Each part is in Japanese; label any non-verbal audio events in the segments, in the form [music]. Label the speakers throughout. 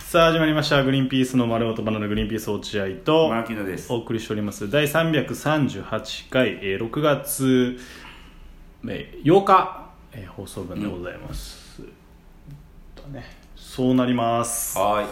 Speaker 1: さあ始まりました「グリーンピースの丸ごとバナナグリーンピース落合」と
Speaker 2: マーキーノです
Speaker 1: お送りしております第338回、えー6月、えー8日、えー放送分でございます、だね、そうなります
Speaker 2: はーい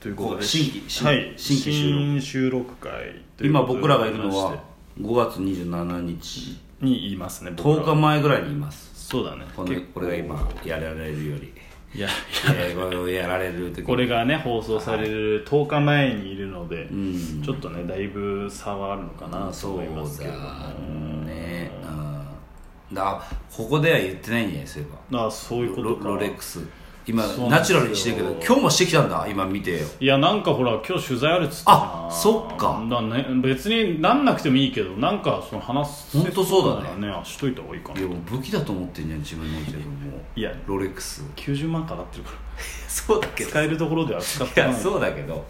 Speaker 1: ということで
Speaker 2: 新規新
Speaker 1: はい、
Speaker 2: 新規収録
Speaker 1: 新収録会という
Speaker 2: 今
Speaker 1: ことで
Speaker 2: 僕らがいるのは5月27日
Speaker 1: にいますね僕ら
Speaker 2: 10日前ぐらいにいます
Speaker 1: そうだね
Speaker 2: この
Speaker 1: 結
Speaker 2: これが今やられる
Speaker 1: [laughs]
Speaker 2: より
Speaker 1: いや
Speaker 2: えーこれをやられる時
Speaker 1: これがね放送される10日前にいるので、
Speaker 2: ん
Speaker 1: ちょっとねだいぶ差はあるのかなと
Speaker 2: そう
Speaker 1: 思いますけれども
Speaker 2: だねうんだここでは言ってないんじゃないそういえば
Speaker 1: ああそういうこと
Speaker 2: ロ
Speaker 1: か
Speaker 2: ロレックス今
Speaker 1: そうなん
Speaker 2: ナ
Speaker 1: です
Speaker 2: チュ
Speaker 1: よ
Speaker 2: ラルにしてるけど今日もしてきたんだ今見てよ
Speaker 1: いやなんかほら今日取材あるっつったな
Speaker 2: あそっか
Speaker 1: だ、ね、別になんなくてもいいけどなんかその話せ
Speaker 2: ほんとそうだね
Speaker 1: ならあしといた方がいいかない
Speaker 2: いやもう武器だと思ってんじゃん自分の持ってるもう
Speaker 1: や
Speaker 2: ロレッ
Speaker 1: [laughs]
Speaker 2: クス
Speaker 1: 90万かなってるから
Speaker 2: そうだけ
Speaker 1: 使えるところでは使っ
Speaker 2: い
Speaker 1: てない
Speaker 2: やそうだけど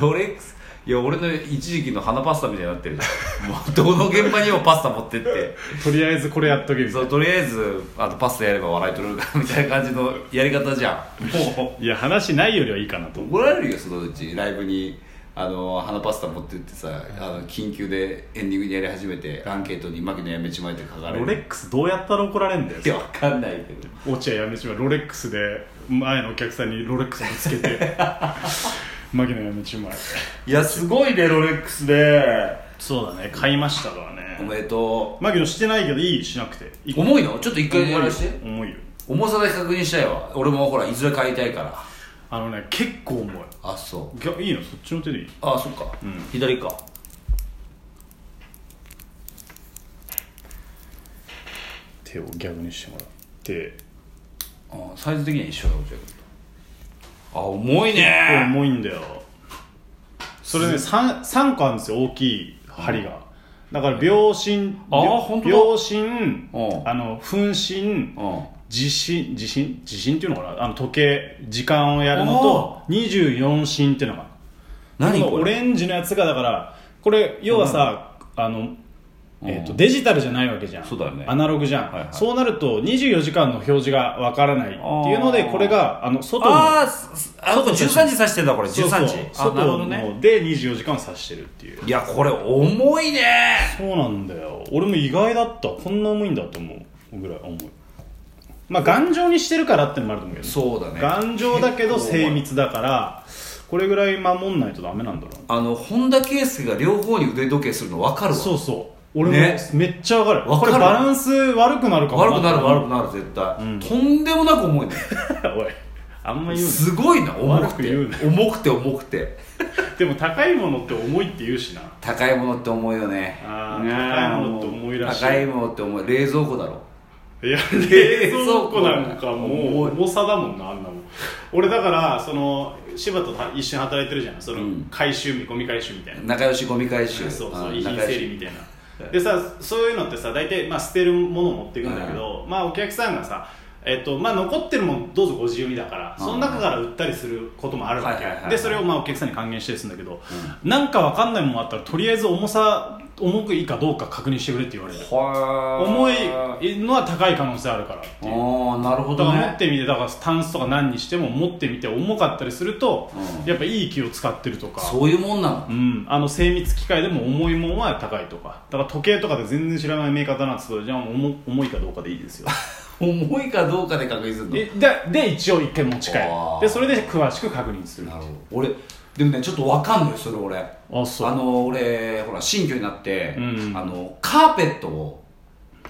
Speaker 2: ロレックスいや俺の一時期の花パスタみたいになってるじゃんもうどの現場にもパスタ持って [laughs] って
Speaker 1: とりあえずこれやっとけみた
Speaker 2: そ
Speaker 1: いう
Speaker 2: とりあえずあとパスタやれば笑い取れるからみたいな感じのやり方じゃんも
Speaker 1: ないや話ないよりはいいかなと
Speaker 2: う
Speaker 1: 思う
Speaker 2: 怒られるよそのうちライブにあの花パスタ持ってってさあの緊急でエンディングにやり始めてアンケートに「牧野やめちまえ」って書かれ
Speaker 1: ロレ
Speaker 2: る
Speaker 1: ックスどうやったら怒られんだよ
Speaker 2: いやわかんないけど
Speaker 1: 落合やめちまえロレックスで前のお客さんにロレックスぶつけ [laughs] てマギのやめちまえ
Speaker 2: いやすごいねロレックスで
Speaker 1: そうだね買いましたから
Speaker 2: お
Speaker 1: ね
Speaker 2: めでと
Speaker 1: マギのしてないけどいいしなくて
Speaker 2: う重いのちょっと一回やらして
Speaker 1: 重いよ
Speaker 2: 重さだけ確認したいわ俺もほらいずれ買いたいから
Speaker 1: あのね結構重い
Speaker 2: あそう
Speaker 1: いやいいのそっちの手でいい
Speaker 2: あそっか、
Speaker 1: ん
Speaker 2: 左か
Speaker 1: 手を逆にしてもらって
Speaker 2: あサイズ的には一緒だ落合君とあ重いね
Speaker 1: 重いんだよそれね 3, 三個あるんですよ大きい針がだから秒針
Speaker 2: あー
Speaker 1: 秒
Speaker 2: ほんとだ
Speaker 1: 秒針
Speaker 2: うん
Speaker 1: あの分針
Speaker 2: うん
Speaker 1: 地震地震地震っていうのかなあの時計時間をやるのと24針っていうのが
Speaker 2: 何
Speaker 1: この
Speaker 2: こ
Speaker 1: オ
Speaker 2: れ
Speaker 1: レンジのやつがだからこれ要はさあのえー、とデジタルじゃないわけじゃん
Speaker 2: そうだよね
Speaker 1: アナログじゃん、
Speaker 2: はいはい
Speaker 1: そうなると24時間の表示がわからないっていうので
Speaker 2: あー
Speaker 1: これがあの外の
Speaker 2: あーすすあそうか13時指してんだこれ13時
Speaker 1: そうそう
Speaker 2: あなる
Speaker 1: 外
Speaker 2: ほどね
Speaker 1: ので24時間を指してるっていう
Speaker 2: いやこれ重いね
Speaker 1: そうなんだよ俺も意外だったこんな重いんだと思うぐらい重いまあ頑丈にしてるからってのもあると思うけどね
Speaker 2: そうだね
Speaker 1: 頑丈だけど
Speaker 2: 結構重い
Speaker 1: 精密だからこれぐらい守んないとダメなんだろう
Speaker 2: あの本田圭佑が両方に腕時計するの分かるわ
Speaker 1: そうそう俺も
Speaker 2: ね
Speaker 1: めっちゃわかる
Speaker 2: わか
Speaker 1: これ
Speaker 2: る
Speaker 1: バランス悪くなるかも
Speaker 2: 悪くなる悪く
Speaker 1: く
Speaker 2: なる絶対、とんでもなく重いね
Speaker 1: なる [laughs] おいあんま言う
Speaker 2: すごいな重く
Speaker 1: 悪く言うね
Speaker 2: て重くて重くて
Speaker 1: なでも高いものって重いって言うしな
Speaker 2: 高いものって重いよね
Speaker 1: あー
Speaker 2: ねえ
Speaker 1: 高いものって重いらしい
Speaker 2: 高いものって重い冷蔵庫だろ
Speaker 1: いや冷
Speaker 2: 冷
Speaker 1: 蔵
Speaker 2: 蔵
Speaker 1: 庫
Speaker 2: 庫
Speaker 1: なんかも
Speaker 2: 重
Speaker 1: う
Speaker 2: い
Speaker 1: 重さだもんなあんなもん俺だからその柴田と一緒に働いてるじゃんその
Speaker 2: うん
Speaker 1: 回収日ゴミ回収みたいな
Speaker 2: 仲良しゴミ回
Speaker 1: [laughs]
Speaker 2: 収
Speaker 1: そう
Speaker 2: あ
Speaker 1: そう
Speaker 2: ー
Speaker 1: 遺品
Speaker 2: 仲良
Speaker 1: 整
Speaker 2: し
Speaker 1: 理みたいなでさそういうのってさ大体、まあ、捨てるものを持っていくんだけど、まあお客さんがさえっとまあ、残ってるもんどうぞご自由にだから
Speaker 2: うん
Speaker 1: その中から売ったりすることもあるわ
Speaker 2: はいはいはいは
Speaker 1: け
Speaker 2: い
Speaker 1: でそれをまあお客さんに還元したりするんだけど、なんか分かんないものあったらとりあえず重さ重くいいかどうか確認してくれって言われる
Speaker 2: はー
Speaker 1: 重いのは高い可能性あるからっていう
Speaker 2: ああなるほ
Speaker 1: だか
Speaker 2: ど
Speaker 1: ら持っ
Speaker 2: ね
Speaker 1: てみてだからタンスとか何にしても持ってみて重かったりすると、
Speaker 2: うん
Speaker 1: やっぱいい木を使ってるとか
Speaker 2: そういうもんなの
Speaker 1: うん、あの精密機械でも重いもんは高いとかだから時計とかで全然知らないメーカーだなって言うとじゃあ重重いかどうかでいいですよ
Speaker 2: 重いかどうかで確認するの
Speaker 1: でで一応一回持ち帰る
Speaker 2: あー
Speaker 1: でそれで詳しく確認する
Speaker 2: なるほど俺でもねちょっとわかんのよそれ俺
Speaker 1: あそう
Speaker 2: あの俺ほら新居になって、
Speaker 1: うん
Speaker 2: あのカーペットを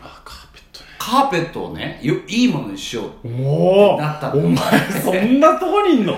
Speaker 1: あカーペットね
Speaker 2: カーペットをねよいいものにしよう
Speaker 1: おお
Speaker 2: なった
Speaker 1: お
Speaker 2: の
Speaker 1: 前そんなとこにいんの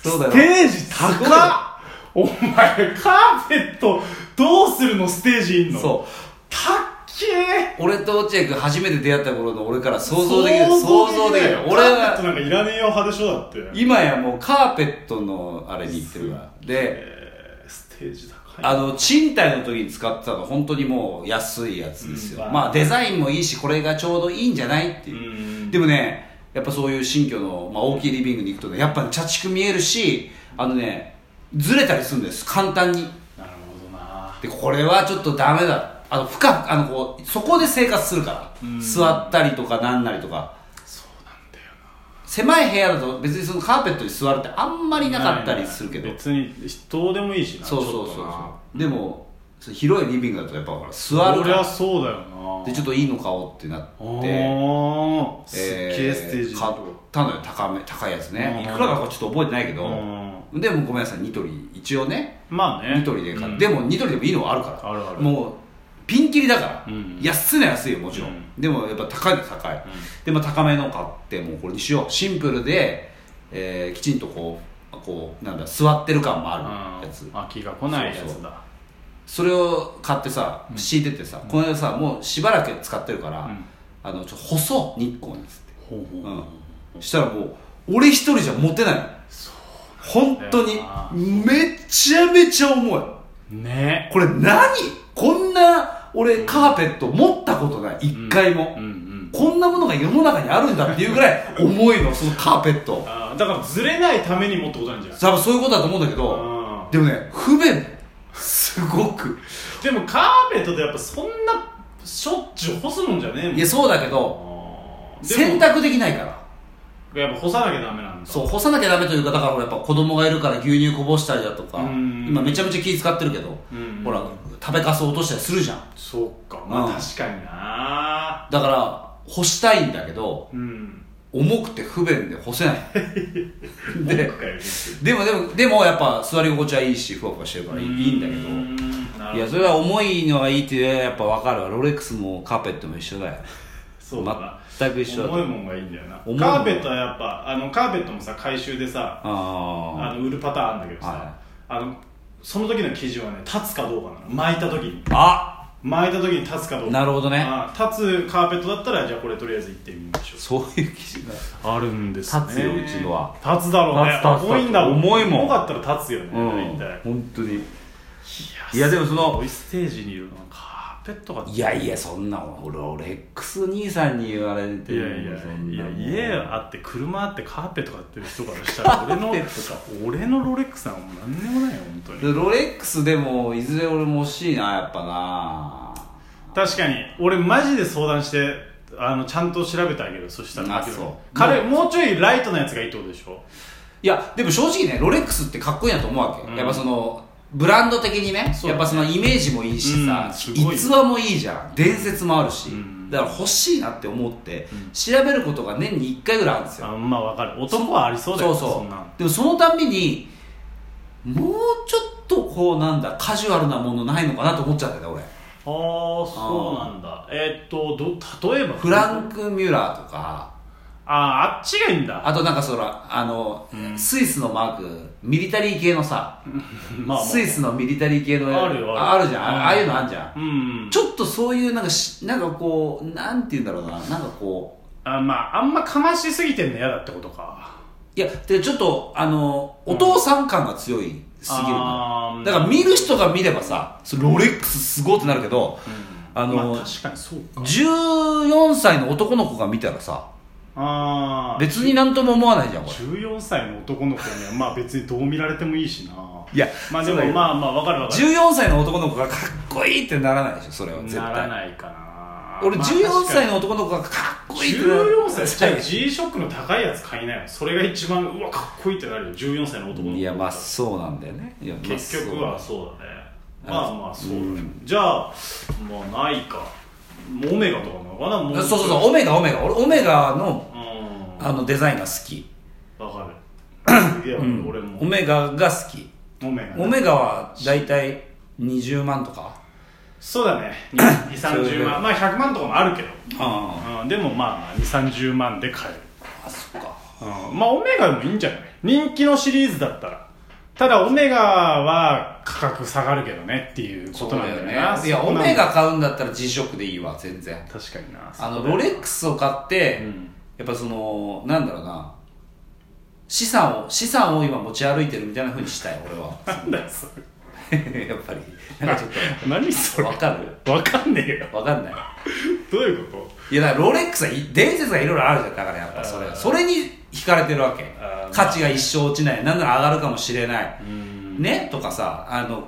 Speaker 2: そうだよ
Speaker 1: ステージ高っお前カーペットどうするのステージいんのう
Speaker 2: そう
Speaker 1: たっけー
Speaker 2: 俺と落合君初めて出会った頃の俺から想像できる
Speaker 1: 想
Speaker 2: 想
Speaker 1: 像
Speaker 2: 像
Speaker 1: で
Speaker 2: で
Speaker 1: きない
Speaker 2: きる
Speaker 1: よ
Speaker 2: 俺
Speaker 1: カーペット
Speaker 2: は
Speaker 1: なんかいらねえよ派でしょだって
Speaker 2: 今やもうカーペットのあれに行ってるわで
Speaker 1: えーステージ高い
Speaker 2: あの賃貸の時に使ってたの本当にもう安いやつですよ、
Speaker 1: うん
Speaker 2: まあデザインもいいしこれがちょうどいいんじゃないっていう、
Speaker 1: うん
Speaker 2: でもねやっぱそういう新居の、まあ、大きいリビングに行くとねやっぱ茶畜見えるしあのねずれたりするんです簡単に
Speaker 1: なるほどな
Speaker 2: でこれはちょっとダメだあの深くあのこうそこで生活するから、座ったりとかなんなりとか
Speaker 1: そうなんだよな
Speaker 2: せ狭い部屋だと別にそのカーペットに座るってあんまりなかったりするけど、
Speaker 1: 別にどうでもいいしな
Speaker 2: そうそう
Speaker 1: ちょっ
Speaker 2: そ
Speaker 1: と
Speaker 2: う
Speaker 1: な
Speaker 2: そうでもその広いリビングだとやっぱほら座る
Speaker 1: そ
Speaker 2: か
Speaker 1: り
Speaker 2: ら
Speaker 1: ゃそうだよな
Speaker 2: でちょっといいの買おうってなって
Speaker 1: おーすっげえステージ、
Speaker 2: えー買ったのよ高め高いやつね
Speaker 1: うん
Speaker 2: いくらだかちょっと覚えてないけど
Speaker 1: うん
Speaker 2: でもごめんなさいニトリ一応ね
Speaker 1: まあね
Speaker 2: ニトリで買っ
Speaker 1: うん
Speaker 2: でもニトリでもいいのはあるから
Speaker 1: あるある
Speaker 2: もうピンキリだから、
Speaker 1: うん
Speaker 2: 安いのは安いよもちろん、
Speaker 1: うん
Speaker 2: でもやっぱ高いのは高い、でも高めの買ってもうこれにしようシンプルで、えーきちんとこうこうなんだ座ってる感もあるやつ、
Speaker 1: うん飽きが来ないやつだ
Speaker 2: そうそそれを買ってさ敷いててさ、この間さもうしばらく使ってるから、
Speaker 1: ん
Speaker 2: あのちょっと細日光につって
Speaker 1: ほうほう、
Speaker 2: うん、したらもう俺一人じゃ持てないの本当にめちゃめちゃ重い
Speaker 1: ね
Speaker 2: これ何こんな俺カーペット持ったことない一回も、
Speaker 1: うんうん
Speaker 2: こんなものが世の中にあるんだっていうぐらい重いのそのカーペット
Speaker 1: あーだからずれないために持ってことなんじゃない
Speaker 2: 多分そういうことだと思うんだけど
Speaker 1: あ
Speaker 2: でもね不便すごく
Speaker 1: ーでもカーペットでやっぱそんなしょっちゅう干すもんじゃねえもん
Speaker 2: いやそうだけど
Speaker 1: あー
Speaker 2: 洗濯できないから
Speaker 1: やっぱ干さなきゃダメなんだ
Speaker 2: そう干さなきゃダメというかだからほらやっぱ子供がいるから牛乳こぼしたりだとか
Speaker 1: うん
Speaker 2: 今めちゃめちゃ気使ってるけど
Speaker 1: うん
Speaker 2: ほら食べかす落としたりするじゃん
Speaker 1: そうかまあ
Speaker 2: うん
Speaker 1: 確かにな
Speaker 2: だから干したいんだけど
Speaker 1: うん
Speaker 2: 重くて不便で
Speaker 1: [laughs]
Speaker 2: 干せないで
Speaker 1: 僕かより
Speaker 2: でもでもでもやっぱ座り心地はいいしふわふわしてるからいいいいんだけ
Speaker 1: う
Speaker 2: ど
Speaker 1: ーんないる
Speaker 2: や
Speaker 1: ほど
Speaker 2: それは重いのがいいってやっぱ分かるわロレックスもカーペットも一緒だよ
Speaker 1: そうだな
Speaker 2: 全く一緒だと
Speaker 1: 重いもんがいいんだよなカ
Speaker 2: 重いもん
Speaker 1: ーペットはやっぱあのカーペットもさ回収でさあ
Speaker 2: あ
Speaker 1: の売るパターンあるんだけどさ、
Speaker 2: はい
Speaker 1: あのその時の基準はね立つかどうかなの巻いた時に
Speaker 2: ーあ
Speaker 1: 巻いた時に立つかどうか
Speaker 2: なるほどね
Speaker 1: ああ立つカーペットだったらじゃあこれとりあえず行ってみましょ
Speaker 2: そういう記事が
Speaker 1: うあるんです
Speaker 2: ね立つようちのは
Speaker 1: 立つだろうね
Speaker 2: 立つ立つ
Speaker 1: 重いんだもん
Speaker 2: 重いもん
Speaker 1: 重かったら立つよね、
Speaker 2: う
Speaker 1: 大
Speaker 2: ん
Speaker 1: 体
Speaker 2: 本当に
Speaker 1: い
Speaker 2: いやでもその
Speaker 1: すごいステージにいるのカーペットが
Speaker 2: いやいやそんな俺ロレックス兄さんに言われて
Speaker 1: いや
Speaker 2: る
Speaker 1: いや
Speaker 2: そん
Speaker 1: い
Speaker 2: な
Speaker 1: や
Speaker 2: もん
Speaker 1: 家あって車あってカーペット買ってる人からしたら俺の
Speaker 2: カーペットか
Speaker 1: 俺のロレックスなんも何でもないよ本当に
Speaker 2: でロレックスでもいずれ俺も欲しいなやっぱな
Speaker 1: 確かに俺マジで相談してあのちゃんと調べてあげるそしたら
Speaker 2: あそう
Speaker 1: 彼もうちょいライトなやつがいいってことでしょ
Speaker 2: いやでも正直ねロレックスってかっこいいなと思うわけ、
Speaker 1: うん
Speaker 2: やっぱそのブランド的にね
Speaker 1: そう
Speaker 2: やっぱそのイメージもいいしさ
Speaker 1: うん、すごい
Speaker 2: 逸話もいいじゃん伝説もあるし、
Speaker 1: うん
Speaker 2: だから欲しいなって思って、調べることが年に1回ぐらいあるんですよ
Speaker 1: あまあわかる男はありそうだよ
Speaker 2: そうそ
Speaker 1: んなの
Speaker 2: うでもそのたんびにもうちょっとこうなんだカジュアルなものないのかなと思っちゃってた俺
Speaker 1: ああそうなんだえーっとど例えば
Speaker 2: フランク・ミュラーとか
Speaker 1: あーあっちがいいんだ
Speaker 2: あとなんかそらあの、スイスのマークミリタリー系のさ、
Speaker 1: まあまあ
Speaker 2: スイスのミリタリー系の
Speaker 1: あるよ
Speaker 2: あ
Speaker 1: ある
Speaker 2: るじゃんあああいうのあるじゃん、
Speaker 1: うんうん
Speaker 2: ちょっとそういうなんかしなんかこうなんて言うんだろうななんかこう
Speaker 1: あまああんまかましすぎてんの嫌だってことか
Speaker 2: いやでちょっとあのお父さん感が強いすぎる
Speaker 1: あ
Speaker 2: な
Speaker 1: ー
Speaker 2: だから見る人が見ればさそれロレックスすごいってなるけど、あの、
Speaker 1: まあ確かにそうか
Speaker 2: 14歳の男の子が見たらさ
Speaker 1: ああ
Speaker 2: 別になんとも思わないじゃんこれ
Speaker 1: 14歳の男の子にはまあ別にどう見られてもいいしない
Speaker 2: や
Speaker 1: まあで
Speaker 2: そう
Speaker 1: も
Speaker 2: だけど
Speaker 1: まあまあわかるわかる
Speaker 2: 14歳の男の子がかっこいいってならないでしょそれは絶対
Speaker 1: ならないかな
Speaker 2: 俺
Speaker 1: まあ
Speaker 2: 14歳
Speaker 1: 確か
Speaker 2: の男の子がかっこいい
Speaker 1: に
Speaker 2: ってなら
Speaker 1: 14歳じゃあ G ショックの高いやつ買いなよそれが一番うわかっこいいってなるよ14歳の男の子
Speaker 2: いやまあそうなんだよねいやまあ
Speaker 1: 結局はそうだねまあまあそうだね、
Speaker 2: うん
Speaker 1: じゃあまあないかオメガとかなのかなも
Speaker 2: そうそうそう
Speaker 1: う
Speaker 2: オメガオメガ俺オメガの
Speaker 1: うん
Speaker 2: あのデザインが好き、
Speaker 1: わか
Speaker 2: [clears throat]
Speaker 1: るいや、俺も
Speaker 2: オメガが好き
Speaker 1: オメガね
Speaker 2: オメガは大体20万とか
Speaker 1: そうだね2 3 0万まあ100万とかもあるけど
Speaker 2: あ
Speaker 1: うんでもまあ2 3 0万で買える、
Speaker 2: あそっか
Speaker 1: うんまあオメガでもいいんじゃない人気のシリーズだったらただオメガは価格下がるけどねっていうこ
Speaker 2: そう
Speaker 1: となん
Speaker 2: だ
Speaker 1: だよ
Speaker 2: よ
Speaker 1: ね
Speaker 2: ねいやオメガ買うんだったら G ショックでいいわ全然
Speaker 1: 確かにな
Speaker 2: あのロレックスを買って、
Speaker 1: うん
Speaker 2: やっぱそのなんだろうな資産を資産を今持ち歩いてるみたいなふうにしたい俺は [laughs]
Speaker 1: なんだよそれ
Speaker 2: やっぱりなんかちょっ
Speaker 1: 何そ
Speaker 2: と
Speaker 1: れ
Speaker 2: わかる
Speaker 1: わかんねえよ
Speaker 2: わかんない
Speaker 1: どういうこ
Speaker 2: いやだからロレックスはい伝説がいろいろあるじゃんだからやっぱそ
Speaker 1: あー
Speaker 2: れそれに惹かれてるわけ
Speaker 1: あー
Speaker 2: 価値が一生落ちないなんなら上がるかもしれない
Speaker 1: とうん
Speaker 2: ねとかさあの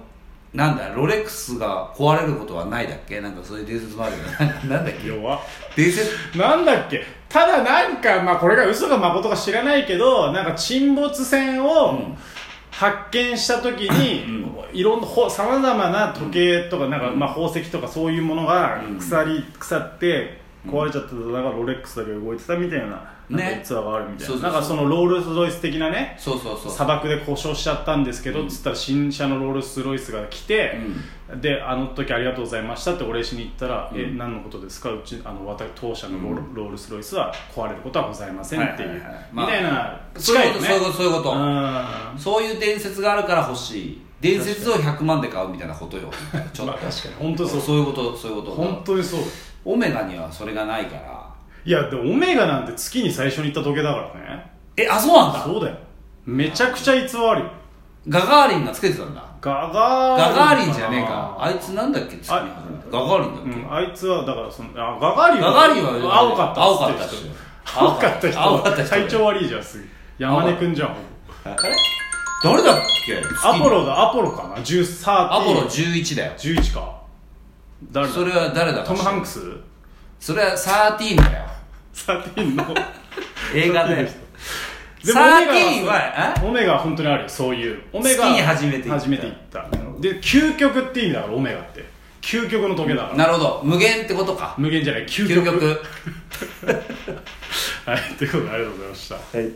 Speaker 2: なんだロレックスが壊れることはないだっけなんかそういう伝説もあるよね [laughs] なんだっけ
Speaker 1: 弱
Speaker 2: 伝説
Speaker 1: なんだっけただなんか、まあ、これが嘘か誠か知らないけどなんか沈没船を
Speaker 2: ん
Speaker 1: 発見した時に、いろんなさまざまな時計とかなんか、まあ、宝石とかそういうものが
Speaker 2: うん
Speaker 1: 腐り腐って壊れちゃったとなんかロレックスだけ動いてたみたいな
Speaker 2: ね
Speaker 1: なんか逸話があるみたいな
Speaker 2: そうそうそう
Speaker 1: なんかそのロールス・ロイス的なね
Speaker 2: そうそうそう
Speaker 1: 砂漠で故障しちゃったんですけど、つったら新車のロールス・ロイスが来て、であの時ありがとうございましたってお礼しに行ったら、
Speaker 2: うん
Speaker 1: え何のことですかうちあの私当社のロール,、ロールス・ロイスは壊れることはございませんっていう、
Speaker 2: はいはいはいまあ
Speaker 1: みたいな
Speaker 2: そう
Speaker 1: 近
Speaker 2: い
Speaker 1: いう
Speaker 2: こ
Speaker 1: よ
Speaker 2: と
Speaker 1: ね
Speaker 2: そういうことそういうこ
Speaker 1: う
Speaker 2: と、
Speaker 1: ん
Speaker 2: そういう伝説があるから欲しい伝説を100万で買うみたいなこ
Speaker 1: [laughs]
Speaker 2: とよちょっ
Speaker 1: ま
Speaker 2: と、
Speaker 1: あ確かに本当そう
Speaker 2: そういうことそういうこと
Speaker 1: 本当にそう
Speaker 2: オメガにはそれがないから
Speaker 1: いやでもオメガなんて月に最初に行った時計だからね
Speaker 2: えあそうなんだ
Speaker 1: そうだよめちゃくちゃ逸話あるよ
Speaker 2: ガガーリンがつけてたんだ
Speaker 1: ガガー
Speaker 2: ガ
Speaker 1: ン
Speaker 2: ガーリンじゃねえかあいつなんだっけ月に
Speaker 1: あ
Speaker 2: ガガーリンだっ
Speaker 1: う
Speaker 2: け、
Speaker 1: ん、あいつはだからそのあガガーリン
Speaker 2: ガガーリンは
Speaker 1: 青かった
Speaker 2: 青かったっ
Speaker 1: つ
Speaker 2: して
Speaker 1: る人
Speaker 2: 青
Speaker 1: 青
Speaker 2: か
Speaker 1: か
Speaker 2: っ
Speaker 1: ったた
Speaker 2: 人
Speaker 1: 人
Speaker 2: 青かった人
Speaker 1: 体調悪いじゃんすぐ山根くんじゃん
Speaker 2: あれ誰だっけ
Speaker 1: アポロ
Speaker 2: だ
Speaker 1: だアポロかな13
Speaker 2: アポロ11だよ
Speaker 1: 11か誰だ
Speaker 2: それは誰だか
Speaker 1: トム・ハンク
Speaker 2: ス
Speaker 1: ス
Speaker 2: それは13だよ
Speaker 1: 13の
Speaker 2: [laughs] 映画だよ
Speaker 1: で
Speaker 2: 13
Speaker 1: も
Speaker 2: はえ
Speaker 1: オメガは本当にあるよそういうオメガ
Speaker 2: 月に初めて行った
Speaker 1: 初めて行ったで究極って意味だからオメガって究極の時計だから
Speaker 2: なるほど無限ってことか
Speaker 1: 無限じゃない究
Speaker 2: 究
Speaker 1: 極
Speaker 2: 極
Speaker 1: はいということでありがとうございました
Speaker 2: はい